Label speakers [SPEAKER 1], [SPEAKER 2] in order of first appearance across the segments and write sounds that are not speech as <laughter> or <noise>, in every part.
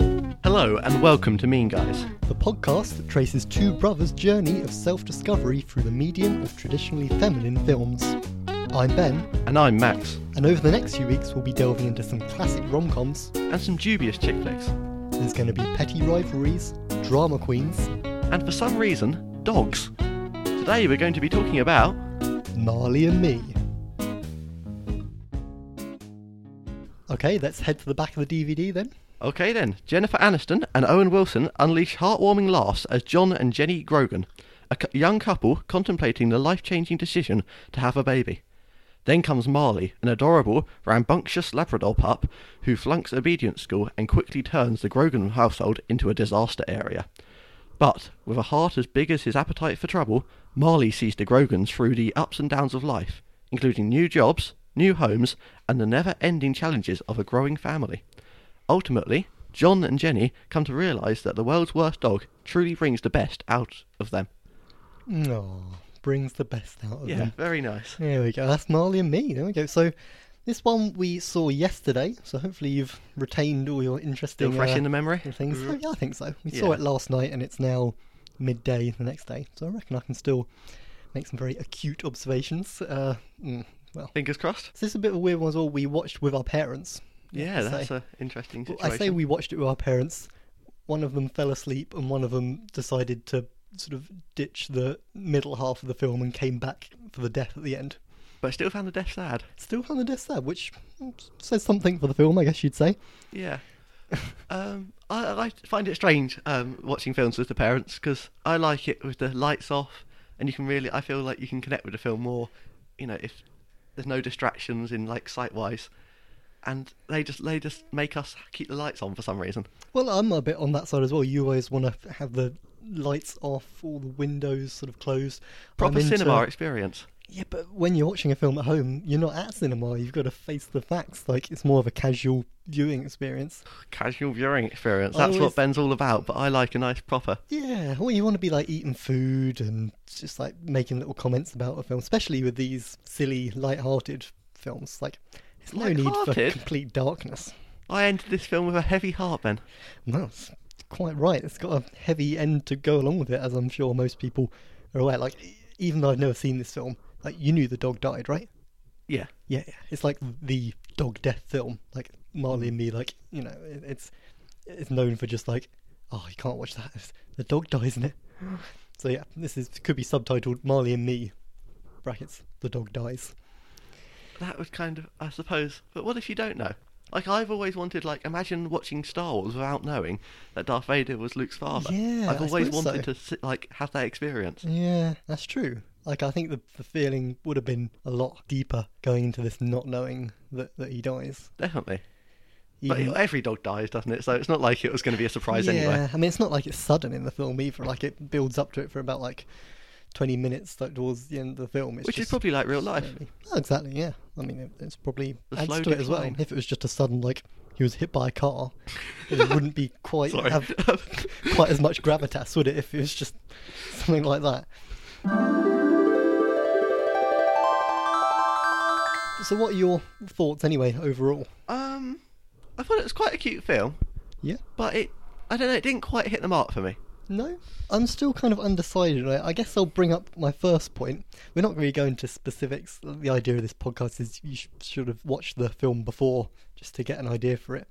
[SPEAKER 1] Hello, and welcome to Mean Guys.
[SPEAKER 2] the podcast that traces two brothers' journey of self discovery through the medium of traditionally feminine films. I'm Ben,
[SPEAKER 1] And I'm Max,
[SPEAKER 2] and over the next few weeks, we'll be delving into some classic rom coms.
[SPEAKER 1] and some dubious chick flicks.
[SPEAKER 2] There's going to be petty rivalries, drama queens,
[SPEAKER 1] And for some reason, dogs. Today we're going to be talking about.
[SPEAKER 2] Marley and me. Okay, let's head to the back of the DVD then.
[SPEAKER 1] Okay then, Jennifer Aniston and Owen Wilson unleash heartwarming laughs as John and Jenny Grogan, a cou- young couple contemplating the life changing decision to have a baby. Then comes Marley, an adorable, rambunctious Labrador pup who flunks obedience school and quickly turns the Grogan household into a disaster area. But, with a heart as big as his appetite for trouble, Marley sees the Grogans through the ups and downs of life, including new jobs, new homes, and the never ending challenges of a growing family. Ultimately, John and Jenny come to realise that the world's worst dog truly brings the best out of them.
[SPEAKER 2] No, brings the best out of
[SPEAKER 1] Yeah,
[SPEAKER 2] them.
[SPEAKER 1] very nice.
[SPEAKER 2] There we go. That's Marley and me. There we go. So, this one we saw yesterday. So hopefully you've retained all your interesting
[SPEAKER 1] Still fresh
[SPEAKER 2] uh,
[SPEAKER 1] in the memory? Mm-hmm.
[SPEAKER 2] things. Oh, yeah, I think so. We
[SPEAKER 1] Yeah.
[SPEAKER 2] saw it last night, and it's now midday the next day. So I reckon I can still make some very acute observations. Uh, mm, well,
[SPEAKER 1] Fingers crossed.
[SPEAKER 2] so this is a bit of a weird one as well. We watched with our parents.
[SPEAKER 1] Yeah,
[SPEAKER 2] I
[SPEAKER 1] that's
[SPEAKER 2] say.
[SPEAKER 1] an interesting
[SPEAKER 2] Well,
[SPEAKER 1] situation.
[SPEAKER 2] I say we watched it with our parents. One of them fell asleep, and one of them decided to sort of ditch the middle half of the film and came back for the death at the end.
[SPEAKER 1] But I still found the death sad.
[SPEAKER 2] Still on the death there, which mm, says something for the film, I guess you'd say.
[SPEAKER 1] Yeah. um, I, I find it strange um, watching films with the parents because I like it with the lights off, and you can really I feel like you can connect with the film more, you know, if there's no distractions in like sight wise, and they just they just make us keep the lights on for some reason.
[SPEAKER 2] Well, I'm a bit on that side as well. You always want to have the lights off, all the windows sort of closed.
[SPEAKER 1] Proper
[SPEAKER 2] I'm into-
[SPEAKER 1] cinema experience.
[SPEAKER 2] Yeah, but when you're watching a film at home, you're not at cinema. You've got to face the facts. Like it's more of a casual viewing experience.
[SPEAKER 1] Casual viewing experience.
[SPEAKER 2] I
[SPEAKER 1] That's what
[SPEAKER 2] always-
[SPEAKER 1] Ben's all about. But I like a nice proper.
[SPEAKER 2] Yeah, well, you want to be like eating food and just like making little comments about a film, especially with these silly, light-hearted films. Like, there's no need for
[SPEAKER 1] Light-hearted?
[SPEAKER 2] complete darkness.
[SPEAKER 1] I ended this film with a heavy heart, Ben.
[SPEAKER 2] Well, it's quite right. It's got a heavy end to go along with it, as I'm sure most people are aware. Like, e- even though I've never seen this film, like you knew the dog died, right?
[SPEAKER 1] Yeah.
[SPEAKER 2] Yeah, yeah. it's like the dog death film. Like Marley and Me, like you know, it, it's it's known for just like, oh, you can't watch that. It's, the dog dies <sighs> in it. So yeah, this is could be subtitled Marley and Me, brackets the dog dies.
[SPEAKER 1] That would kind of, I suppose. But what if you don't know? Like I've always wanted, like imagine watching Star Wars without knowing that Darth Vader was Luke's father.
[SPEAKER 2] Yeah,
[SPEAKER 1] I've
[SPEAKER 2] I
[SPEAKER 1] always
[SPEAKER 2] suppose
[SPEAKER 1] wanted
[SPEAKER 2] so.
[SPEAKER 1] to
[SPEAKER 2] Mm.
[SPEAKER 1] sit, like have that experience.
[SPEAKER 2] Yeah, that's true. Like I think the the feeling would have been a lot deeper going into this, not knowing that that he dies.
[SPEAKER 1] Definitely. But
[SPEAKER 2] Even-
[SPEAKER 1] every dog dies, doesn't it? So it's not like it was going to be a surprise
[SPEAKER 2] yeah,
[SPEAKER 1] anyway.
[SPEAKER 2] I mean it's not like it's sudden in the film either. Like it builds up to it for about like twenty minutes, like towards the end of the film. It's
[SPEAKER 1] Which
[SPEAKER 2] just,
[SPEAKER 1] is probably like real life.
[SPEAKER 2] Oh, exactly. Yeah. I mean, it, it's probably
[SPEAKER 1] The
[SPEAKER 2] adds to
[SPEAKER 1] slow
[SPEAKER 2] it as well.
[SPEAKER 1] decline.
[SPEAKER 2] If it was just a sudden like he was hit by a car,
[SPEAKER 1] <laughs>
[SPEAKER 2] it wouldn't be quite
[SPEAKER 1] Sorry. <laughs>
[SPEAKER 2] have quite as much gravitas, would it? If it was just something like that. So, what are your thoughts anyway overall?
[SPEAKER 1] um, I thought it was quite a cute film,
[SPEAKER 2] Yeah.
[SPEAKER 1] but it, I don't know, it didn't quite hit the mark for me.
[SPEAKER 2] No, I'm still kind of undecided. I, I guess I'll bring up my first point. We're not really going to specifics. The idea of this podcast is you sh- should have watched the film before just to get an idea for it.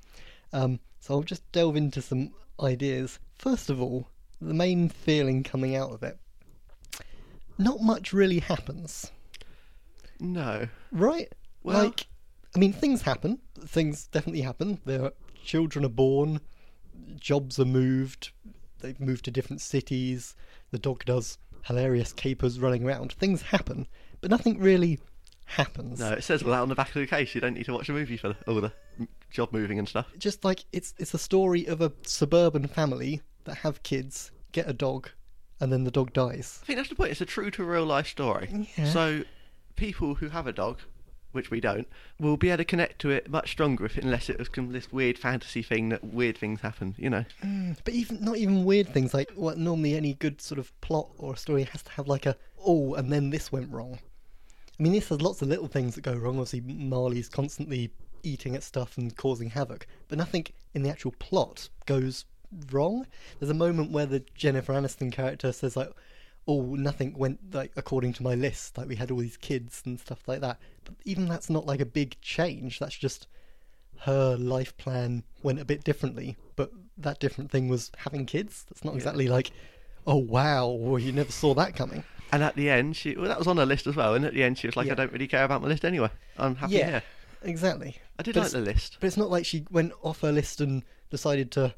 [SPEAKER 2] Um, so I'll just delve into some ideas. First of all, the main feeling coming out of it. Not much really happens,
[SPEAKER 1] No.
[SPEAKER 2] right?
[SPEAKER 1] Well-
[SPEAKER 2] like, I mean, things happen. Things definitely happen. There, are, children are born jobs are moved, they've moved to different cities, the dog does hilarious capers running around. Things happen, but nothing really happens.
[SPEAKER 1] No, it says all that on the back of the case. You don't need to watch a movie for all the m- job moving and stuff.
[SPEAKER 2] Just like it's it's a story of a suburban family that have kids, get a dog, and then the dog dies.
[SPEAKER 1] I think that's the point. It's a true to real life story.
[SPEAKER 2] Yeah.
[SPEAKER 1] So people who have a dog, which we don't, will be able to connect to it much stronger if unless it was com- this weird fantasy thing that weird things happen. You know,
[SPEAKER 2] But even not even weird things like what normally any good sort of plot or story has to have like a oh and then this went wrong. I mean, this has lots of little things that go wrong. Obviously, Marley's constantly eating at stuff and causing havoc, but nothing in the actual plot goes wrong. There's a moment where the Jennifer Aniston character says like, "Oh, nothing went like according to my list. Like we had all these kids and stuff like that." But even that's not like a big change. That's just her life plan went a bit differently. But that different thing was having kids. That's not exactly like, "Oh wow, well, you never saw that coming."
[SPEAKER 1] And at the end, she well, that was on her list as well. And at the end, she was like,
[SPEAKER 2] Yeah.
[SPEAKER 1] "I don't really care about my list anyway. I'm happy
[SPEAKER 2] Yeah,
[SPEAKER 1] here."
[SPEAKER 2] exactly.
[SPEAKER 1] I did
[SPEAKER 2] But
[SPEAKER 1] like
[SPEAKER 2] it's-
[SPEAKER 1] the list.
[SPEAKER 2] But it's not like she went off her list and decided to,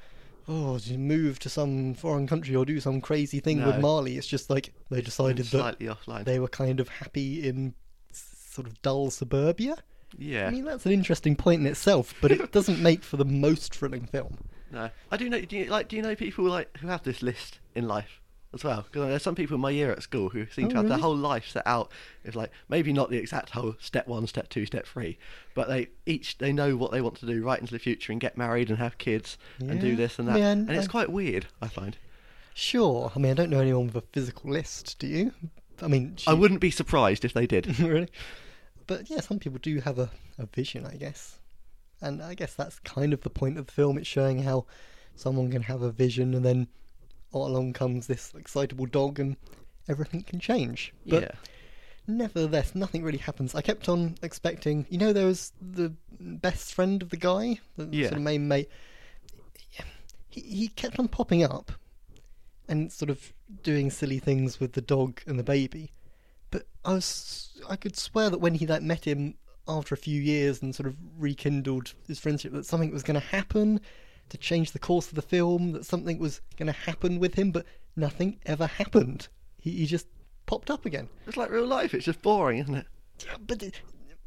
[SPEAKER 2] oh, to move to some foreign country or do some crazy thing with
[SPEAKER 1] No.
[SPEAKER 2] Marley. It's just like they decided that
[SPEAKER 1] Slightly offline.
[SPEAKER 2] they were kind of happy in s- sort of dull suburbia.
[SPEAKER 1] yeah.
[SPEAKER 2] I mean, that's an interesting point in itself, but
[SPEAKER 1] <laughs>
[SPEAKER 2] it doesn't make for the most thrilling film.
[SPEAKER 1] No, I do know. Do you, like, do you know people like who have this list in life as well? Because there's some people in my year at school who seem
[SPEAKER 2] Oh,
[SPEAKER 1] to have their
[SPEAKER 2] really?
[SPEAKER 1] whole life set out. It's like maybe not the exact whole step one, step two, step three, but they each they know what they want to do right into the future and get married and have kids and do
[SPEAKER 2] Yeah.
[SPEAKER 1] this and that.
[SPEAKER 2] Yeah, and
[SPEAKER 1] and it's
[SPEAKER 2] I-
[SPEAKER 1] quite weird, I find.
[SPEAKER 2] Sure, I mean, I don't know anyone with a physical list, do you? I mean, she...
[SPEAKER 1] I wouldn't be surprised if they
[SPEAKER 2] <laughs>
[SPEAKER 1] did.
[SPEAKER 2] really? But yeah, some people do have a, a vision, I guess. And I guess that's kind of the point of the film. It's showing how someone can have a vision and then all along comes this excitable dog and everything can change. But
[SPEAKER 1] yeah,
[SPEAKER 2] nevertheless, nothing really happens. I kept on expecting, you know, there was the best friend of the guy, the
[SPEAKER 1] Yeah.
[SPEAKER 2] sort of main mate. He, he kept on popping up and sort of doing silly things with the dog and the baby. But I was, I could swear that when he like met him after a few years and sort of rekindled his friendship, that something was going to happen to change the course of the film, that something was going to happen with him, but nothing ever happened. He, he just popped up again.
[SPEAKER 1] it's like real life. It's just boring, isn't it?
[SPEAKER 2] Yeah, but it,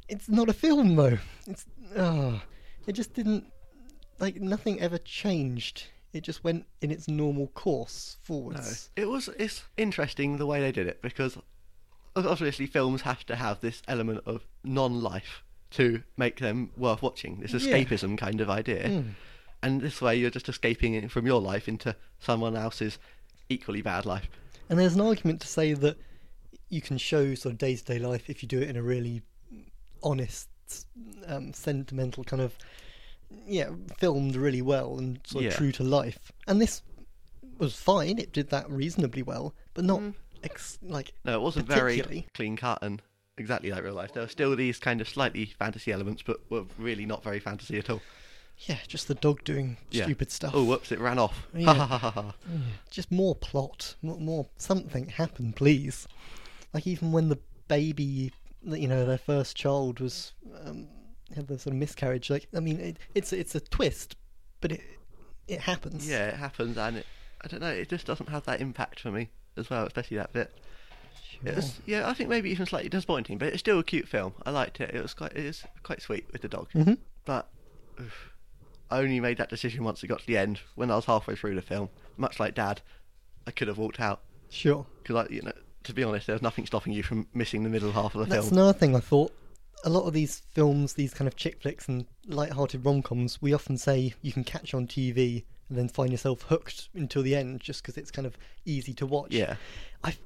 [SPEAKER 2] it's not a film though. It's oh, it just didn't like nothing ever changed. It just went in its normal course forwards.
[SPEAKER 1] It was. It's interesting the way they did it because obviously films have to have this element of non-life to make them worth watching. This
[SPEAKER 2] Yeah. Hmm.
[SPEAKER 1] escapism kind of idea, and this way you're just escaping it from your life into someone else's equally bad life.
[SPEAKER 2] And there's an argument to say that you can show sort of day to day life if you do it in a really honest, um, sentimental kind of yeah, filmed really well and sort of
[SPEAKER 1] Yeah.
[SPEAKER 2] true to life. And this was fine; it did that reasonably well, but not ex- like
[SPEAKER 1] No, it wasn't
[SPEAKER 2] Particularly.
[SPEAKER 1] very clean cut and exactly like real life. There were still these kind of slightly fantasy elements, but were really not very fantasy at all.
[SPEAKER 2] yeah, just the dog doing
[SPEAKER 1] Yeah.
[SPEAKER 2] stupid stuff.
[SPEAKER 1] Oh, whoops! It ran off. Ha
[SPEAKER 2] Yeah.
[SPEAKER 1] ha ha ha ha.
[SPEAKER 2] just more plot, more, more something happen, please. Like even when the baby, you know, their first child was um, had the sort of miscarriage. Like I mean, it, it's it's a twist, but it it happens.
[SPEAKER 1] Yeah, it happens, and it, I don't know. It just doesn't have that impact for me as well, especially that bit. It
[SPEAKER 2] Sure.
[SPEAKER 1] was, yeah, I think maybe even slightly disappointing, but it's still a cute film. I liked it. It was quite, it was quite sweet with the dog.
[SPEAKER 2] Mhm.
[SPEAKER 1] But oof, I only made that decision once it got to the end. When I was halfway through the film, much like Dad, I could have walked out
[SPEAKER 2] sure.
[SPEAKER 1] because, you know, to be honest, there was nothing stopping you from missing the middle half of the
[SPEAKER 2] That's
[SPEAKER 1] film.
[SPEAKER 2] another thing I thought. A lot of these films, these kind of chick flicks and light-hearted rom-coms, we often say you can catch on TV and then find yourself hooked until the end, just because it's kind of easy to watch.
[SPEAKER 1] Yeah,
[SPEAKER 2] I,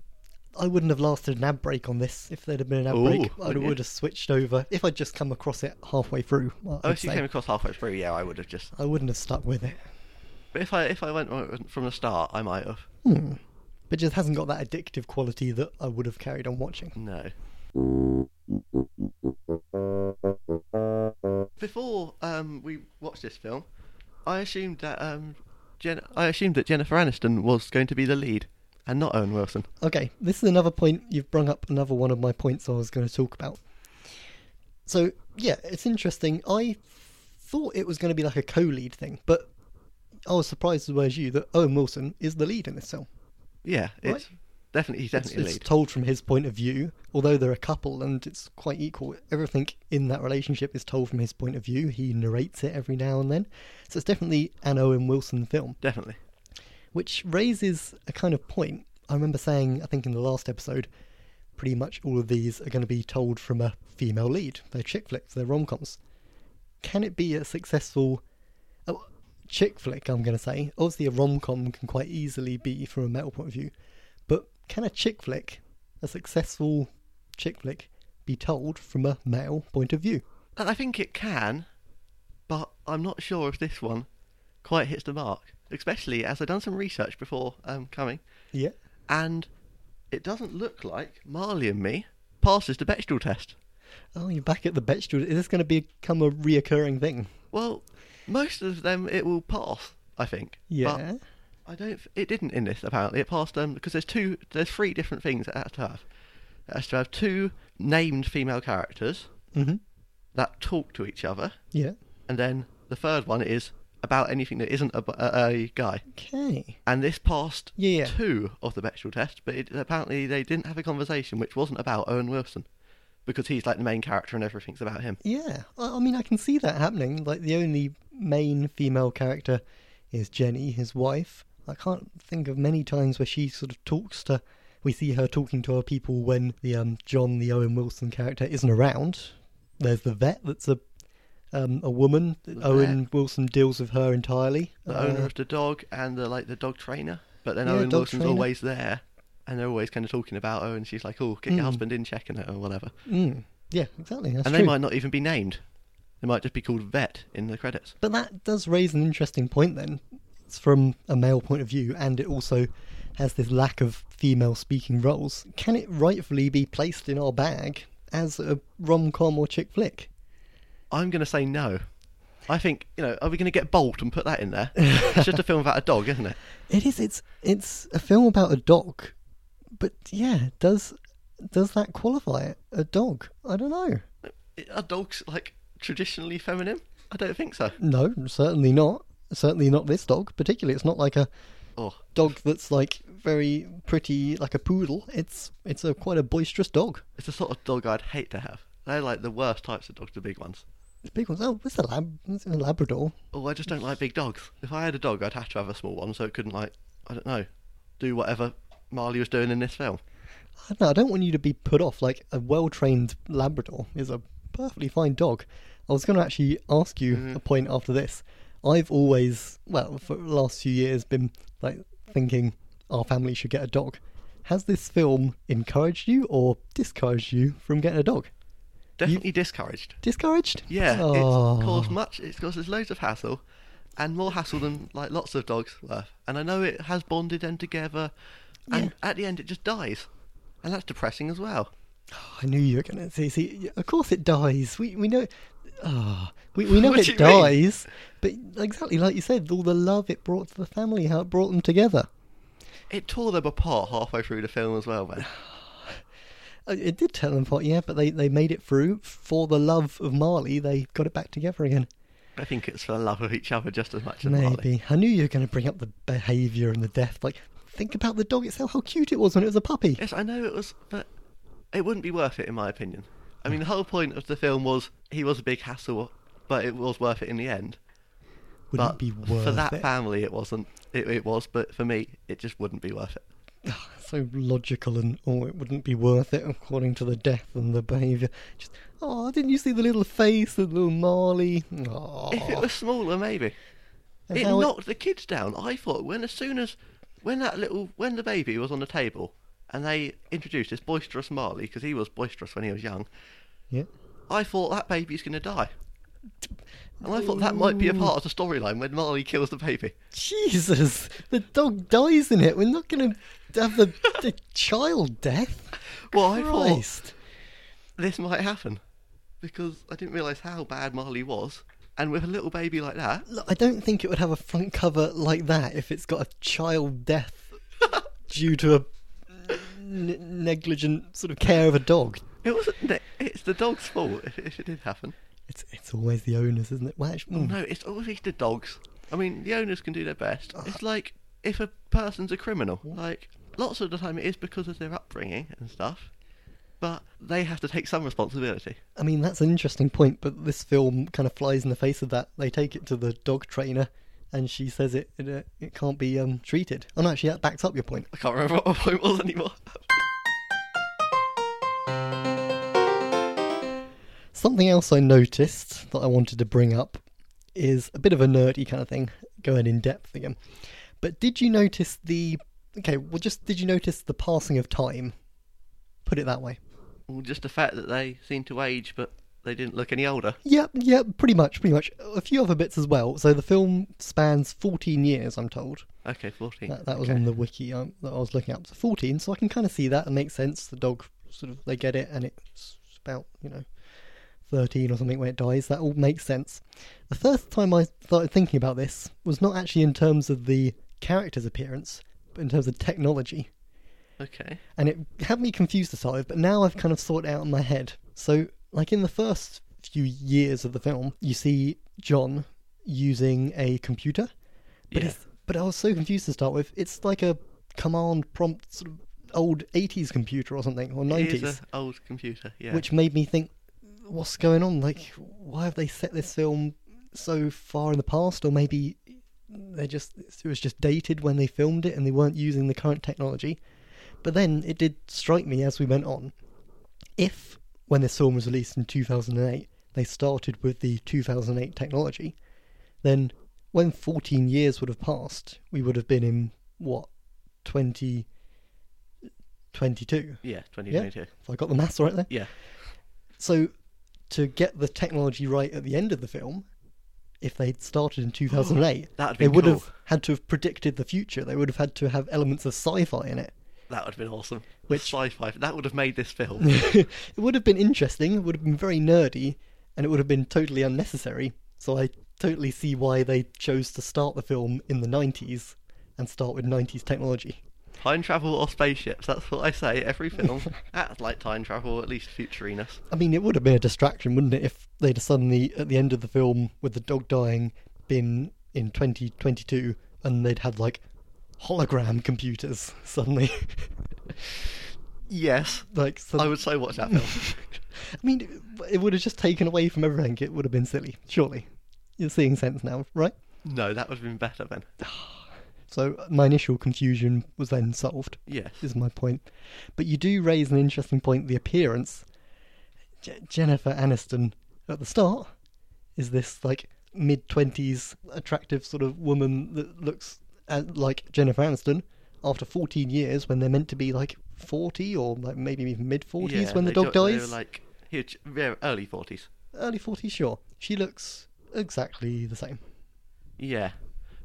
[SPEAKER 2] I wouldn't have lasted an ad break on this if there'd have been an ad
[SPEAKER 1] Ooh,
[SPEAKER 2] break. I
[SPEAKER 1] wouldn't you?
[SPEAKER 2] would have switched over if I'd just come across it halfway through. I-
[SPEAKER 1] oh,
[SPEAKER 2] I'd
[SPEAKER 1] if you
[SPEAKER 2] say.
[SPEAKER 1] came across halfway through, yeah, I would have just.
[SPEAKER 2] I wouldn't have stuck with it.
[SPEAKER 1] But if I if I went uh, from the start, I might have.
[SPEAKER 2] But it just hasn't got that addictive quality that I would have carried on watching.
[SPEAKER 1] No. Before um, we watched this film, I assumed that um, Jen- I assumed that Jennifer Aniston was going to be the lead, and not Owen Wilson.
[SPEAKER 2] Okay, this is another point. You've brung up another one of my points I was going to talk about. So, yeah, it's interesting. I thought it was going to be like a co lead thing, but I was surprised as well as you that Owen Wilson is the lead in this film.
[SPEAKER 1] Yeah, it's definitely he's
[SPEAKER 2] it's,
[SPEAKER 1] definitely the
[SPEAKER 2] it's
[SPEAKER 1] lead.
[SPEAKER 2] told from his point of view. Although they're a couple and it's quite equal, everything in that relationship is told from his point of view. He narrates it every now and then, so it's definitely an Owen Wilson film,
[SPEAKER 1] Definitely.
[SPEAKER 2] which raises a kind of point. I remember saying, I think in the last episode, pretty much all of these are going to be told from a female lead. They're chick flicks, they're rom coms. Can it be a successful oh, chick flick? I'm going to say. Obviously, a rom com can quite easily be from a metal point of view, but can a chick flick, a successful chick flick, be told from a male point of view?
[SPEAKER 1] And I think it can, but I'm not sure if this one quite hits the mark. especially as I've done some research before um, coming,
[SPEAKER 2] Yeah.
[SPEAKER 1] and it doesn't look like Marley and me passes the Bechdel test.
[SPEAKER 2] Oh, you're back at the Bechdel. Is this going to become a reoccurring thing?
[SPEAKER 1] Well, most of them it will pass, I think.
[SPEAKER 2] Yeah.
[SPEAKER 1] But I don't. f- It didn't in this apparently. It passed um because there's two, there's three different things it has to have. It has to have two named female characters
[SPEAKER 2] Mm-hmm.
[SPEAKER 1] that talk to each other,
[SPEAKER 2] Yeah.
[SPEAKER 1] and then the third one is about anything that isn't a, bu- a, a guy.
[SPEAKER 2] Okay.
[SPEAKER 1] And this passed
[SPEAKER 2] Yeah.
[SPEAKER 1] two of the Bechdel test, but it, apparently they didn't have a conversation which wasn't about Owen Wilson, because he's like the main character and everything's about him.
[SPEAKER 2] Yeah. I, I mean, I can see that happening. Like, the only main female character is Jenny, his wife. I can't think of many times where she sort of talks to. We see her talking to our people when the um, John, the Owen Wilson character, isn't around. There's the vet that's a um, a woman. Owen Wilson deals with her entirely.
[SPEAKER 1] The
[SPEAKER 2] Uh,
[SPEAKER 1] owner of the dog and the like the dog trainer, but then
[SPEAKER 2] Yeah,
[SPEAKER 1] Owen
[SPEAKER 2] dog
[SPEAKER 1] Wilson's
[SPEAKER 2] trainer.
[SPEAKER 1] always there, and they're always kind of talking about her, and she's like, "Oh, get
[SPEAKER 2] Mm.
[SPEAKER 1] your husband in checking it or whatever,"
[SPEAKER 2] mm, yeah, exactly. That's
[SPEAKER 1] and
[SPEAKER 2] true.
[SPEAKER 1] they might not even be named. They might just be called Vet in the credits.
[SPEAKER 2] But that does raise an interesting point then. It's from a male point of view, and it also has this lack of female speaking roles. Can it rightfully be placed in our bag as a rom com or chick flick?
[SPEAKER 1] I'm going to say no. I think you know. Are we going to get Bolt and put that in there? it's just a film about a dog, isn't it?
[SPEAKER 2] <laughs> It is it's it's a film about a dog. But yeah, does does that qualify it? A dog? I don't know.
[SPEAKER 1] Are dogs like traditionally feminine? I don't think so.
[SPEAKER 2] No, certainly not. Certainly not this dog, particularly. It's not like a
[SPEAKER 1] Oh,
[SPEAKER 2] dog that's like very pretty like a poodle. It's it's a quite a boisterous dog.
[SPEAKER 1] it's the sort of dog I'd hate to have. They're like the worst types of dogs, the big ones.
[SPEAKER 2] The big ones. Oh, it's a lab. It's a Labrador.
[SPEAKER 1] Oh, I just don't like big dogs. If I had a dog, I'd have to have a small one so it couldn't, like, I don't know, do whatever Marley was doing in this film.
[SPEAKER 2] I don't know. I don't want you to be put off. Like a well-trained Labrador is a perfectly fine dog. I was going to actually ask you
[SPEAKER 1] Mm-hmm.
[SPEAKER 2] a point after this. I've always, well, for the last few years, been like thinking our family should get a dog. Has this film encouraged you or discouraged you from getting a dog?
[SPEAKER 1] Definitely discouraged.
[SPEAKER 2] Discouraged?
[SPEAKER 1] Yeah,
[SPEAKER 2] Oh.
[SPEAKER 1] it's caused much. It's caused us loads of hassle, and more hassle than like lots of dogs were. And I know it has bonded them together, and at the end it just dies, and that's depressing as well.
[SPEAKER 2] I knew you were going to see. See, of course it dies. We we know. Ah, we,
[SPEAKER 1] <laughs>
[SPEAKER 2] we know
[SPEAKER 1] What
[SPEAKER 2] it
[SPEAKER 1] do you mean?
[SPEAKER 2] dies, but exactly like you said, all the love it brought to the family, how it brought them together.
[SPEAKER 1] It tore them apart halfway through the film as well, man.
[SPEAKER 2] Uh, It did tell them apart, yeah, but they, they made it through for the love of Marley. They got it back together again.
[SPEAKER 1] I think it's for the love of each other just as much as
[SPEAKER 2] Maybe
[SPEAKER 1] Marley.
[SPEAKER 2] I knew you were going to bring up the behaviour and the death. Like, think about the dog itself. How cute it was when it was a puppy.
[SPEAKER 1] Yes, I know it was, but it wouldn't be worth it in my opinion. I mean, the whole point of the film was he was a big hassle, but it was worth it in the end.
[SPEAKER 2] Wouldn't
[SPEAKER 1] But
[SPEAKER 2] it be worth
[SPEAKER 1] for that
[SPEAKER 2] it.
[SPEAKER 1] family, it wasn't. It, it was, but for me, it just wouldn't be worth it.
[SPEAKER 2] <laughs> so logical and oh, it wouldn't be worth it according to the death and the behaviour. Just oh, didn't you see the little face of little Marley? Oh,
[SPEAKER 1] If it was smaller, maybe
[SPEAKER 2] And
[SPEAKER 1] it
[SPEAKER 2] how it-
[SPEAKER 1] knocked the kids down. I thought when as soon as when that little when the baby was on the table and they introduced this boisterous Marley because he was boisterous when he was young,
[SPEAKER 2] yeah.
[SPEAKER 1] I thought that baby's going to die. And I thought that might be a part of the storyline when Marley kills the baby.
[SPEAKER 2] Jesus, the dog dies in it. We're not going to have the, the child death.
[SPEAKER 1] Well, I thought-
[SPEAKER 2] Christ.
[SPEAKER 1] this might happen because I didn't realise how bad Marley was. And with a little baby like that,
[SPEAKER 2] Look, I don't think it would have a front cover like that if it's got a
[SPEAKER 1] <laughs>
[SPEAKER 2] child death due to a n- negligent sort of care of a dog.
[SPEAKER 1] it wasn't. the- It's the dog's fault if, if it did happen.
[SPEAKER 2] It's it's always the owners, isn't it? Well, actually, mm.
[SPEAKER 1] No, it's always the dogs. I mean, the owners can do their best.
[SPEAKER 2] Ah.
[SPEAKER 1] It's like if a person's a criminal. Like lots of the time, it is because of their upbringing and stuff. But they have to take some responsibility.
[SPEAKER 2] I mean, that's an interesting point, but this film kind of flies in the face of that. They take it to the dog trainer, and she says it it, uh, it can't be um, treated. Oh, no, actually, that backs up your point.
[SPEAKER 1] I can't remember <laughs> what my point was anymore.
[SPEAKER 2] Something else I noticed that I wanted to bring up is a bit of a nerdy kind of thing, going in depth again. But did you notice the. Okay, well, just did you notice the passing of time? Put it that way.
[SPEAKER 1] Well, just the fact that they seem to age, but they didn't look any older.
[SPEAKER 2] Yep, yep, pretty much, pretty much. A few other bits as well. So the film spans 14 years, I'm told.
[SPEAKER 1] Okay, 14.
[SPEAKER 2] That, that was
[SPEAKER 1] okay.
[SPEAKER 2] on the wiki um, that I was looking up. So 14, so I can kind of see that. It makes sense. The dog sort of, they get it, and it's about, you know, 13 or something when it dies. That all makes sense. The first time I started thinking about this was not actually in terms of the character's appearance, but in terms of technology
[SPEAKER 1] Okay.
[SPEAKER 2] and it had me confused to start with, but now I've kind of sorted it out in my head. So, like in the first few years of the film, you see John using a computer, but
[SPEAKER 1] Yeah.
[SPEAKER 2] it's, but I was so confused to start with. It's like a command prompt sort of old 80s computer or something or 90s,
[SPEAKER 1] It is an old computer, yeah.
[SPEAKER 2] which made me think, what's going on? Like, why have they set this film so far in the past? Or maybe they just it was just dated when they filmed it and they weren't using the current technology. But then it did strike me as we went on. If, when this film was released in 2008, they started with the 2008 technology, then when 14 years would have passed, we would have been in, what, 2022?
[SPEAKER 1] Yeah, 2022.
[SPEAKER 2] Have I got the maths right there?
[SPEAKER 1] Yeah.
[SPEAKER 2] So, to get the technology right at the end of the film, if they'd started in 2008,
[SPEAKER 1] <gasps> That'd
[SPEAKER 2] they
[SPEAKER 1] been
[SPEAKER 2] would
[SPEAKER 1] cool.
[SPEAKER 2] have had to have predicted the future. They would have had to have elements of sci-fi in it. <laughs>
[SPEAKER 1] That would have been awesome.
[SPEAKER 2] Which-
[SPEAKER 1] sci-fi? That would have made this film.
[SPEAKER 2] it would have been interesting. It would have been very nerdy, and it would have been totally unnecessary. So I totally see why they chose to start the film in the 90s and start with 90s technology.
[SPEAKER 1] time travel or spaceships? That's what I say
[SPEAKER 2] <laughs>
[SPEAKER 1] every film. That's like time travel, at least futuriness.
[SPEAKER 2] I mean, it would have been a distraction, wouldn't it, if they'd have suddenly, at the end of the film, with the dog dying, been in 2022 and they'd had, like, hologram computers <laughs> suddenly.
[SPEAKER 1] Yes,
[SPEAKER 2] like, some,
[SPEAKER 1] I would so watch that film.
[SPEAKER 2] I mean, it would have just taken away from everything. It would have been silly, surely. You're seeing sense now, right?
[SPEAKER 1] no, that would have been better then.
[SPEAKER 2] So my initial confusion was then solved.
[SPEAKER 1] Yes.
[SPEAKER 2] Is my point. But you do raise an interesting point. The appearance, J- Jennifer Aniston at the start, is this like mid twenties attractive sort of woman that looks uh, like Jennifer Aniston after 14 years when they're meant to be like 40 or like maybe even mid 40s
[SPEAKER 1] Yeah,
[SPEAKER 2] when the
[SPEAKER 1] they
[SPEAKER 2] dog
[SPEAKER 1] jo- they were
[SPEAKER 2] dies.
[SPEAKER 1] like huge, very early forties.
[SPEAKER 2] Early 40s, sure. She looks exactly the same.
[SPEAKER 1] Yeah.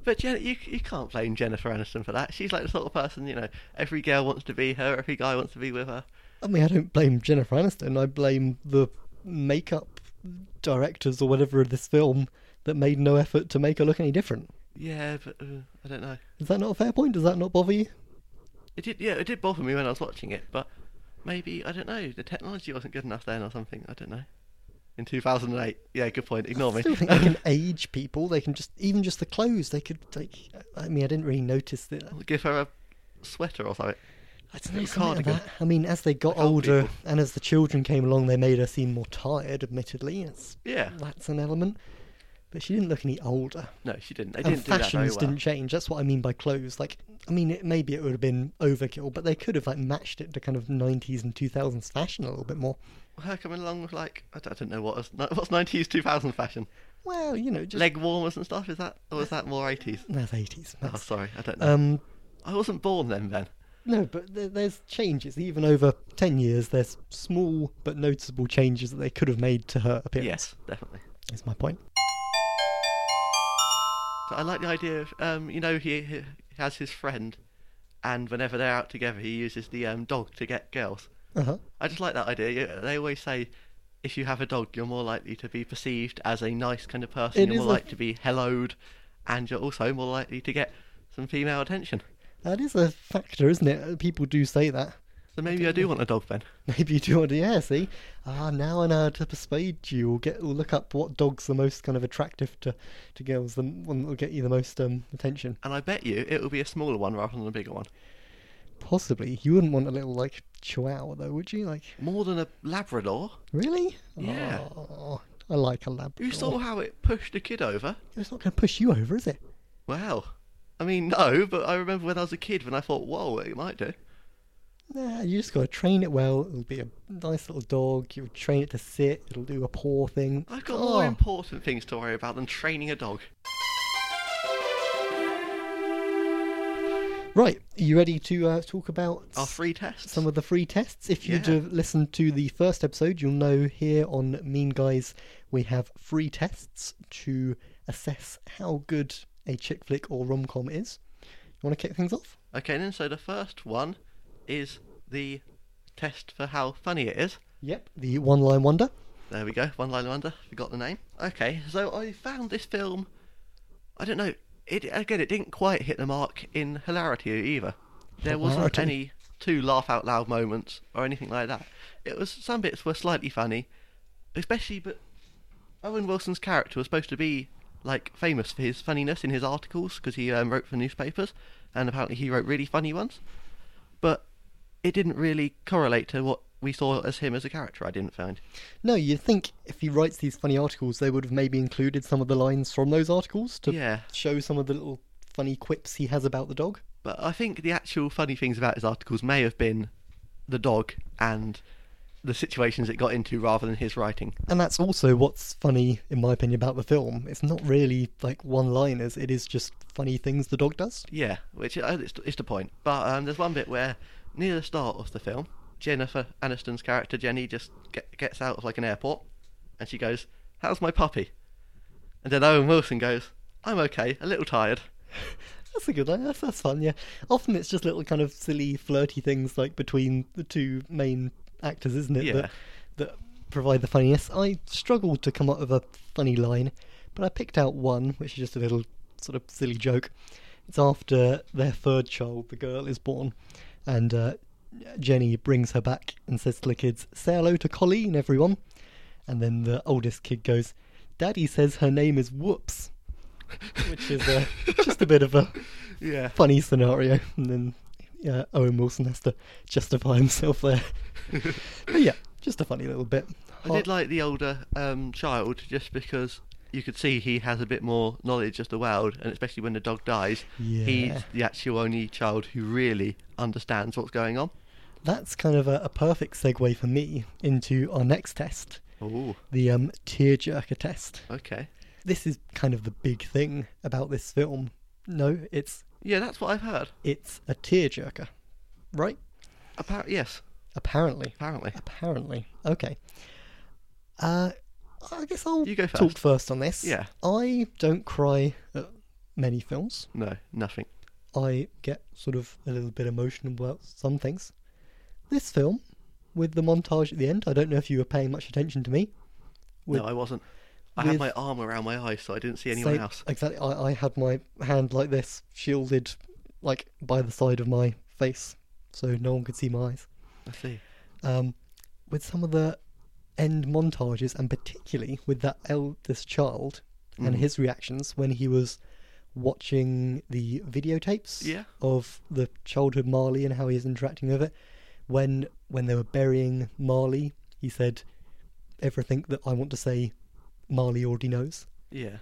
[SPEAKER 1] But Jen- you you can't blame Jennifer Aniston for that. She's like the sort of person you know. Every girl wants to be her. Every guy wants to be with her.
[SPEAKER 2] I mean, I don't blame Jennifer Aniston. I blame the makeup directors or whatever of this film that made no effort to make her look any different.
[SPEAKER 1] Yeah, but uh, I don't know.
[SPEAKER 2] Is that not a fair point? Does that not bother you?
[SPEAKER 1] It did. Yeah, it did bother me when I was watching it. But maybe I don't know. The technology wasn't good enough then, or something. I don't know. In 2008. Yeah, good point. Ignore
[SPEAKER 2] I
[SPEAKER 1] me.
[SPEAKER 2] still think they can <laughs> age people. They can just even just the clothes. They could take. I mean, I didn't really notice
[SPEAKER 1] <laughs>
[SPEAKER 2] that.
[SPEAKER 1] Give her a sweater or something.
[SPEAKER 2] I don't know
[SPEAKER 1] Little
[SPEAKER 2] something like
[SPEAKER 1] cardigan.
[SPEAKER 2] that. I mean, as they got
[SPEAKER 1] Like old
[SPEAKER 2] older
[SPEAKER 1] people.
[SPEAKER 2] and as the children came along, they made her seem more tired. Admittedly, it's,
[SPEAKER 1] Yeah.
[SPEAKER 2] that's an element. But she didn't look any older.
[SPEAKER 1] No, she didn't. They
[SPEAKER 2] and
[SPEAKER 1] didn't do that very
[SPEAKER 2] fashions
[SPEAKER 1] well.
[SPEAKER 2] didn't change. That's what I mean by clothes. Like, I mean, it, maybe it would have been overkill, but they could have like matched it to kind of '90s and 2000s fashion a little bit more.
[SPEAKER 1] Her coming along with like I don't, I don't know what was, what's 90s 2000 fashion.
[SPEAKER 2] Well, you know, just
[SPEAKER 1] Leg warmers and stuff. Is that or is that more 80s?
[SPEAKER 2] that's '80s.
[SPEAKER 1] Oh,
[SPEAKER 2] That's,
[SPEAKER 1] sorry, I don't know.
[SPEAKER 2] um,
[SPEAKER 1] I wasn't born then, Ben.
[SPEAKER 2] no, but there, there's changes even over ten years. There's small but noticeable changes that they could have made to her
[SPEAKER 1] Yes,
[SPEAKER 2] appearance.
[SPEAKER 1] definitely.
[SPEAKER 2] is my point.
[SPEAKER 1] So I like the idea of, um, you know, he, he has his friend, and whenever they're out together, he uses the um, dog to get girls.
[SPEAKER 2] Uh huh.
[SPEAKER 1] I just like that idea. You- They always say, if you have a dog, you're more likely to be perceived as a nice kind of person.
[SPEAKER 2] It
[SPEAKER 1] you're more
[SPEAKER 2] is a-
[SPEAKER 1] likely to be helloed, and you're also more likely to get some female attention.
[SPEAKER 2] That is a factor, isn't it? Uh, People do say that.
[SPEAKER 1] So maybe I do want a dog, Ben.
[SPEAKER 2] <laughs> Maybe you do want to, yeah, see? Ah, now I know how to persuade you. We'll, get, we'll look up what dog's the most kind of attractive to, to girls, the one that will get you the most um, attention.
[SPEAKER 1] And I bet you it will be a smaller one rather than a bigger one.
[SPEAKER 2] Possibly. You wouldn't want a little, like, chihuahua, though, would you? Like,
[SPEAKER 1] More than a Labrador.
[SPEAKER 2] really?
[SPEAKER 1] Yeah.
[SPEAKER 2] Oh, I like a Labrador.
[SPEAKER 1] You saw how it pushed the kid over.
[SPEAKER 2] It's not going to push you over, is it?
[SPEAKER 1] Wow. I mean, no, but I remember when I was a kid when I thought, whoa, it might do.
[SPEAKER 2] Nah, you just got to train it well. It'll be a nice little dog. You'll train it to sit. It'll do a paw thing.
[SPEAKER 1] I've got
[SPEAKER 2] oh,
[SPEAKER 1] more important things to worry about than training a dog.
[SPEAKER 2] Right, are you ready to uh, talk about
[SPEAKER 1] Our free tests.
[SPEAKER 2] some of the free tests? If you'd
[SPEAKER 1] Yeah.
[SPEAKER 2] have listened to the first episode, you'll know here on Mean Guys we have free tests to assess how good a chick flick or rom com is. You want to kick things off?
[SPEAKER 1] Okay, then. So the first one is the test for how funny it is.
[SPEAKER 2] Yep. The one line wonder.
[SPEAKER 1] There we go. One line under. Forgot the name. Okay, so I found this film. I don't know. It again. It didn't quite hit the mark in hilarity either. There wasn't
[SPEAKER 2] Hilarity.
[SPEAKER 1] any two laugh out loud moments or anything like that. It was some bits were slightly funny, especially but Owen Wilson's character was supposed to be like famous for his funniness in his articles because he um, wrote for newspapers and apparently he wrote really funny ones, but it didn't really correlate to what we saw as him as a character. I didn't find.
[SPEAKER 2] No, you'd think if he writes these funny articles, they would have maybe included some of the lines from those articles to
[SPEAKER 1] Yeah.
[SPEAKER 2] show some of the little funny quips he has about the dog.
[SPEAKER 1] But I think the actual funny things about his articles may have been the dog and the situations it got into rather than his writing.
[SPEAKER 2] And that's also what's funny, in my opinion, about the film. It's not really like one liners, it is just funny things the dog does.
[SPEAKER 1] Yeah, which uh, it's, it's the point. But um, there's one bit where near the start of the film, Jennifer Aniston's character Jenny just get, gets out of like an airport, and she goes, "How's my puppy?" And then Owen Wilson goes, "I'm okay, a little tired."
[SPEAKER 2] That's a good line, that's, that's fun, yeah. Often it's just little kind of silly, flirty things like between the two main actors, isn't it?
[SPEAKER 1] Yeah.
[SPEAKER 2] That, that provide the funniness. I struggled to come up with a funny line, but I picked out one, which is just a little sort of silly joke. It's after their third child, the girl, is born, and uh, Jenny brings her back and says to the kids, Say hello to Colleen, everyone. And then the oldest kid goes, Daddy says her name is Whoops, which is
[SPEAKER 1] <laughs>
[SPEAKER 2] uh, just a bit of a <laughs>
[SPEAKER 1] Yeah.
[SPEAKER 2] funny scenario, and then yeah, Owen Wilson has to justify
[SPEAKER 1] <laughs>
[SPEAKER 2] himself there. but yeah, just a funny little bit.
[SPEAKER 1] I did like the older um, child just because you could see he has a bit more knowledge of the world, and especially when the dog dies,
[SPEAKER 2] Yeah.
[SPEAKER 1] he's the actual only child who really understands what's going on.
[SPEAKER 2] That's kind of a, a perfect segue for me into our next test,
[SPEAKER 1] Oh,
[SPEAKER 2] the um, tearjerker test.
[SPEAKER 1] okay.
[SPEAKER 2] This is kind of the big thing about this film. No, it's
[SPEAKER 1] Yeah, that's what I've heard.
[SPEAKER 2] it's a tearjerker, right?
[SPEAKER 1] Appar- yes,
[SPEAKER 2] Apparently,
[SPEAKER 1] apparently.
[SPEAKER 2] apparently. Okay. Uh, I guess I'll
[SPEAKER 1] You go
[SPEAKER 2] talk
[SPEAKER 1] first.
[SPEAKER 2] first on this.
[SPEAKER 1] Yeah.
[SPEAKER 2] I don't cry at many films.
[SPEAKER 1] No, nothing.
[SPEAKER 2] I get sort of a little bit emotional about some things. This film, with the montage at the end, I don't know if you were paying much attention to me. With-
[SPEAKER 1] no, I wasn't. I had
[SPEAKER 2] with-
[SPEAKER 1] my arm around my eyes, so I didn't see anyone
[SPEAKER 2] Same-
[SPEAKER 1] else.
[SPEAKER 2] Exactly. I, I had my hand like this, shielded, like by the side of my face, so no one could see my eyes.
[SPEAKER 1] I see.
[SPEAKER 2] um, with some of the end montages, and particularly with that eldest child
[SPEAKER 1] Mm.
[SPEAKER 2] and his reactions when he was watching the videotapes
[SPEAKER 1] Yeah.
[SPEAKER 2] of the childhood Marley and how he was interacting with it. When when they were burying Marley, he said everything that I want to say. Marley already knows.
[SPEAKER 1] Yeah.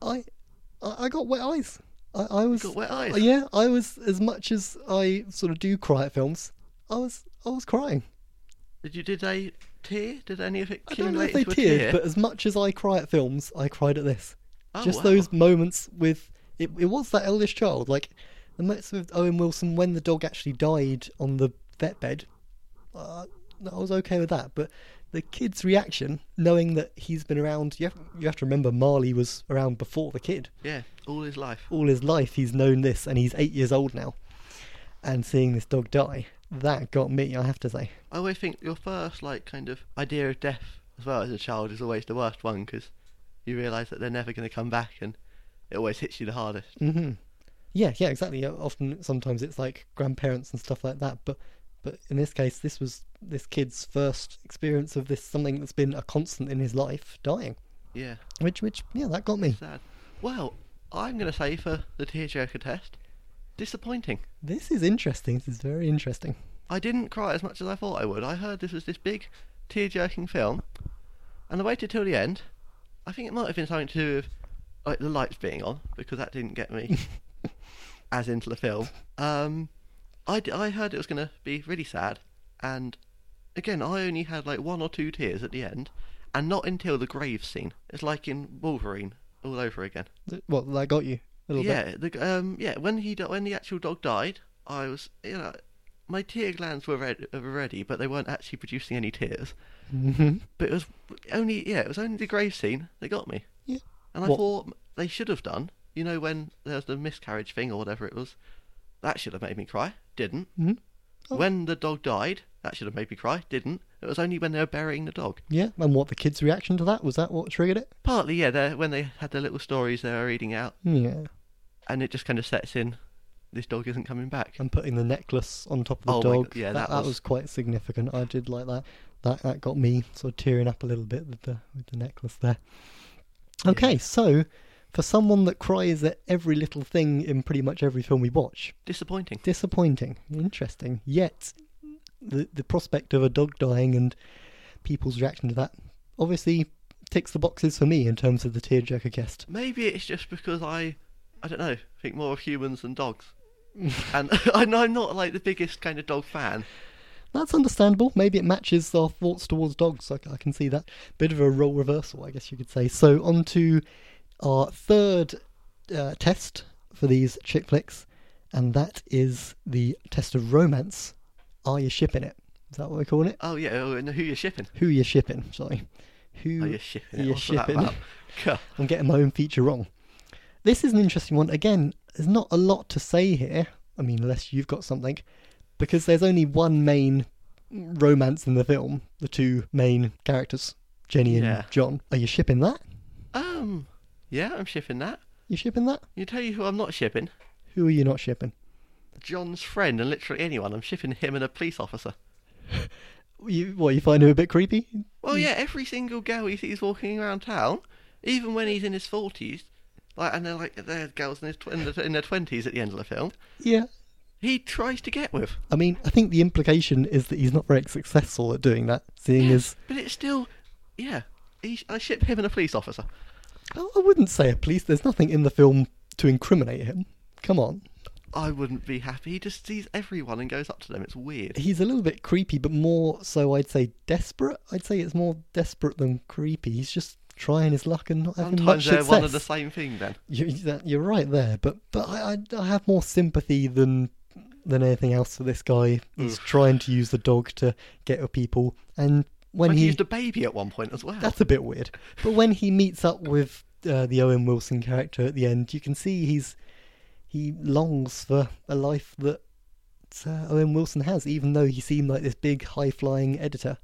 [SPEAKER 2] I I, I got wet eyes. I, I was
[SPEAKER 1] Got wet eyes.
[SPEAKER 2] yeah. I was as much as I sort of do cry at films. I was I was crying.
[SPEAKER 1] Did you? Did they tear? Did any of it
[SPEAKER 2] I don't know
[SPEAKER 1] accumulate
[SPEAKER 2] if they
[SPEAKER 1] into a
[SPEAKER 2] teared,
[SPEAKER 1] tear?
[SPEAKER 2] but as much as I cry at films, I cried at this.
[SPEAKER 1] Oh,
[SPEAKER 2] Just
[SPEAKER 1] wow.
[SPEAKER 2] those moments with it, it was that eldest child, like the moments with Owen Wilson when the dog actually died on the vet bed. Uh, I was okay with that, but the kid's reaction, knowing that he's been around, you have, you have to remember Marley was around before the kid
[SPEAKER 1] Yeah, all his life.
[SPEAKER 2] all his life he's known this and he's eight years old now and seeing this dog die that got me i have to say
[SPEAKER 1] I always think your first like kind of idea of death as well as a child is always the worst one because you realise that they're never going to come back and it always hits you the hardest.
[SPEAKER 2] Mm-hmm. yeah yeah exactly Uh, often sometimes it's like grandparents and stuff like that but but in this case this was this kid's first experience of this something that's been a constant in his life dying
[SPEAKER 1] Yeah,
[SPEAKER 2] which which yeah that got me
[SPEAKER 1] sad. Well, I'm going to say for the tearjerker test, disappointing.
[SPEAKER 2] this is interesting this is very interesting
[SPEAKER 1] I didn't cry as much as I thought I would. I heard this was this big tear-jerking film, and I waited till the end. I think it might have been something to do with like the lights being on because that didn't get me as into the film. Um, I, d- I heard it was going to be really sad, and again I only had like one or two tears at the end, and not until the grave scene. It's like in Wolverine all over again.
[SPEAKER 2] Th- what that got you a little bit.
[SPEAKER 1] yeah, the um, yeah. When he di- when the actual dog died, I was you know, my tear glands were red were ready, but they weren't actually producing any tears.
[SPEAKER 2] Mm-hmm.
[SPEAKER 1] But it was only yeah, it was only the grave scene that got me.
[SPEAKER 2] Yeah.
[SPEAKER 1] And I
[SPEAKER 2] What-
[SPEAKER 1] thought they should have done. You know, when there was the miscarriage thing or whatever it was, that should have made me cry. Didn't.
[SPEAKER 2] Mhm. Oh.
[SPEAKER 1] When the dog died, that should have made me cry. Didn't. It was only when they were burying the dog.
[SPEAKER 2] Yeah, and what the kids' reaction to that was that what triggered it?
[SPEAKER 1] Partly, yeah, they're- when they had their little stories they were reading out,
[SPEAKER 2] Yeah,
[SPEAKER 1] and it just kind of sets in. This dog isn't coming back.
[SPEAKER 2] and putting the necklace on top of the
[SPEAKER 1] Oh my
[SPEAKER 2] dog.
[SPEAKER 1] God, yeah,
[SPEAKER 2] that,
[SPEAKER 1] that was-
[SPEAKER 2] was quite significant. I did like that. That that got me sort of tearing up a little bit with the with the necklace there. Okay, so for someone that cries at every little thing in pretty much every film we watch,
[SPEAKER 1] Disappointing.
[SPEAKER 2] disappointing, interesting. Yet the the prospect of a dog dying and people's reaction to that obviously ticks the boxes for me in terms of the tearjerker guest.
[SPEAKER 1] Maybe it's just because I, I don't know, think more of humans than dogs. and <laughs> and I'm not like the biggest kind of dog fan.
[SPEAKER 2] That's understandable. Maybe it matches our thoughts towards dogs. I, I can see that. Bit of a role reversal, I guess you could say. So, on to our third uh, test for these chick flicks, and that is the test of romance. Are you shipping it? Is that what we're calling it?
[SPEAKER 1] Oh yeah, oh, and who you're shipping?
[SPEAKER 2] Who you shipping? Sorry. Who
[SPEAKER 1] Oh, you're shipping. it.
[SPEAKER 2] you
[SPEAKER 1] What's all that
[SPEAKER 2] shipping?
[SPEAKER 1] about? <laughs> Cuh.
[SPEAKER 2] I'm getting my own feature wrong. This is an interesting one. Again, there's not a lot to say here. I mean, unless you've got something, because there's only one main romance in the film. The two main characters, Jenny and
[SPEAKER 1] Yeah.
[SPEAKER 2] John. Are you shipping that?
[SPEAKER 1] Um, yeah, I'm shipping that.
[SPEAKER 2] You shipping that?
[SPEAKER 1] You tell you who I'm not shipping.
[SPEAKER 2] Who are you not shipping?
[SPEAKER 1] John's friend and literally anyone. I'm shipping him and a police officer.
[SPEAKER 2] You what? You find him a bit creepy?
[SPEAKER 1] Well, yeah, every single girl he sees walking around town, even when he's in his forties, like, and they're like they're girls in, his tw- in, the, in their twenties at the end of the film.
[SPEAKER 2] Yeah.
[SPEAKER 1] He tries to get with.
[SPEAKER 2] I mean, I think the implication is that he's not very successful at doing that, seeing as
[SPEAKER 1] But it's still, yeah. He, I ship him and a police officer.
[SPEAKER 2] I I wouldn't say a police. There's nothing in the film to incriminate him. Come on.
[SPEAKER 1] I wouldn't be happy. He just sees everyone and goes up to them. It's weird.
[SPEAKER 2] he's a little bit creepy, but more so, I'd say desperate. I'd say it's more desperate than creepy. He's just trying his luck and not having
[SPEAKER 1] Sometimes
[SPEAKER 2] much
[SPEAKER 1] they're
[SPEAKER 2] success.
[SPEAKER 1] one and the same thing. Then
[SPEAKER 2] You- that- You're right there, but but I, I, I have more sympathy than than anything else for this guy. He's trying to use the dog to get with people, and when
[SPEAKER 1] like he
[SPEAKER 2] he
[SPEAKER 1] used a baby at one point as well.
[SPEAKER 2] that's a bit weird. But when he meets up with uh, the Owen Wilson character at the end, you can see he's he longs for a life that uh, Owen Wilson has, even though he seemed like this big, high flying editor.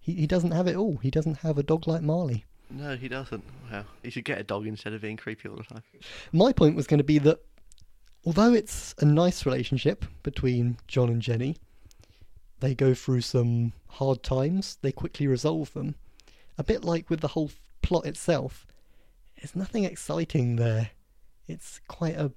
[SPEAKER 2] He he doesn't have it all. He doesn't have a dog like Marley.
[SPEAKER 1] No, he doesn't. Well, he should get a dog instead of being creepy all the time.
[SPEAKER 2] My point was going to be that although it's a nice relationship between John and Jenny, they go through some hard times, they quickly resolve them. A bit like with the whole f- plot itself, there's nothing exciting there. It's quite a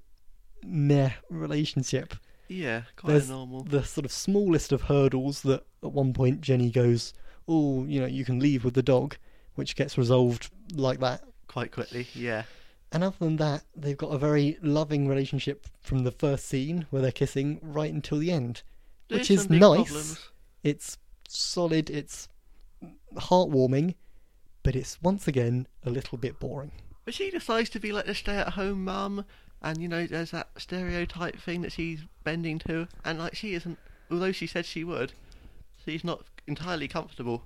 [SPEAKER 2] meh relationship.
[SPEAKER 1] Yeah, quite
[SPEAKER 2] There's
[SPEAKER 1] normal.
[SPEAKER 2] the sort of smallest of hurdles that at one point Jenny goes, Oh, you know, you can leave with the dog, which gets resolved like that.
[SPEAKER 1] Quite quickly. Yeah.
[SPEAKER 2] And other than that, they've got a very loving relationship from the first scene where they're kissing right until the end,
[SPEAKER 1] There's
[SPEAKER 2] which is
[SPEAKER 1] some big
[SPEAKER 2] nice.
[SPEAKER 1] problems.
[SPEAKER 2] It's solid, it's heartwarming, but it's once again a little bit boring.
[SPEAKER 1] But she decides to be like the stay-at-home mum, and you know, there's that stereotype thing that she's bending to, and like she isn't. Although she said she would, she's not entirely comfortable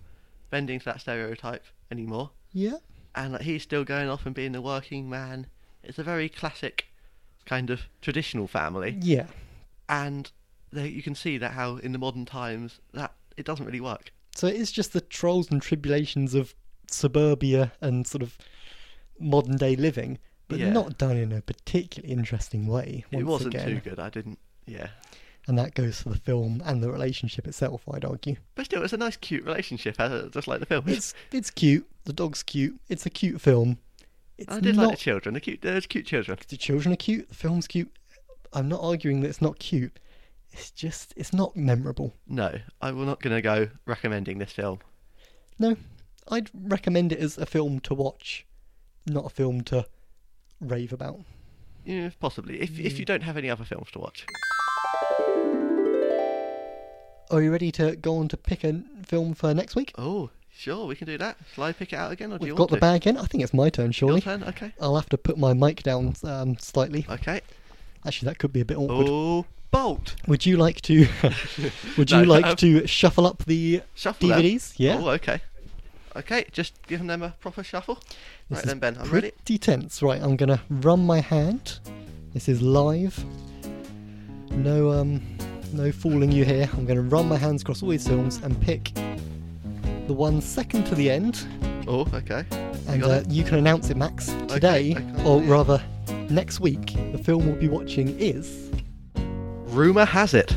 [SPEAKER 1] bending to that stereotype anymore.
[SPEAKER 2] Yeah.
[SPEAKER 1] and like, he's still going off and being a working man. It's a very classic kind of traditional family,
[SPEAKER 2] Yeah.
[SPEAKER 1] and they, you can see that how in the modern times that it doesn't really work.
[SPEAKER 2] So it is just the trials and tribulations of suburbia and sort of modern day living, but
[SPEAKER 1] Yeah.
[SPEAKER 2] not done in a particularly interesting way. Once
[SPEAKER 1] it wasn't
[SPEAKER 2] again.
[SPEAKER 1] too good. I didn't. Yeah,
[SPEAKER 2] And that goes for the film and the relationship itself, I'd argue.
[SPEAKER 1] but still, it's a nice, cute relationship, uh, just like the film. is.
[SPEAKER 2] It's it's cute. The dog's cute. It's a cute film. It's
[SPEAKER 1] I did
[SPEAKER 2] not
[SPEAKER 1] like the children. The cute, there's cute children.
[SPEAKER 2] the children are cute. The film's cute. I'm not arguing that it's not cute. It's just it's not memorable.
[SPEAKER 1] No, I'm not gonna go recommending this film.
[SPEAKER 2] No, I'd recommend it as a film to watch, not a film to rave about.
[SPEAKER 1] Yeah, possibly if if you don't have any other films to watch.
[SPEAKER 2] Are you ready to go on to pick a film for next week?
[SPEAKER 1] Oh Sure, we can do that. Shall I pick it out again, or do you
[SPEAKER 2] We've
[SPEAKER 1] want
[SPEAKER 2] got the
[SPEAKER 1] to?
[SPEAKER 2] bag in. I think it's my turn,
[SPEAKER 1] Your
[SPEAKER 2] surely.
[SPEAKER 1] turn. Okay.
[SPEAKER 2] I'll have to put my mic down um, slightly.
[SPEAKER 1] Okay.
[SPEAKER 2] Actually, that could be a bit awkward.
[SPEAKER 1] Oh, bolt.
[SPEAKER 2] Would you like to? <laughs> would you
[SPEAKER 1] No,
[SPEAKER 2] like
[SPEAKER 1] um,
[SPEAKER 2] to shuffle up the
[SPEAKER 1] Shuffle them.
[SPEAKER 2] DVDs? Yeah.
[SPEAKER 1] Oh, okay. Okay, just give them a proper shuffle.
[SPEAKER 2] This
[SPEAKER 1] right
[SPEAKER 2] is
[SPEAKER 1] then, Ben, I'm
[SPEAKER 2] pretty
[SPEAKER 1] ready.
[SPEAKER 2] tense. Right, I'm gonna run my hand. This is live. No, um, no fooling you here. I'm gonna run my hands across all these films and pick the one second to the end,
[SPEAKER 1] Oh, okay. You
[SPEAKER 2] and
[SPEAKER 1] got
[SPEAKER 2] uh,
[SPEAKER 1] it?
[SPEAKER 2] you can announce it, Max. Today,
[SPEAKER 1] I can't
[SPEAKER 2] or
[SPEAKER 1] believe-
[SPEAKER 2] rather, next week, the film we'll be watching is
[SPEAKER 1] Rumour has it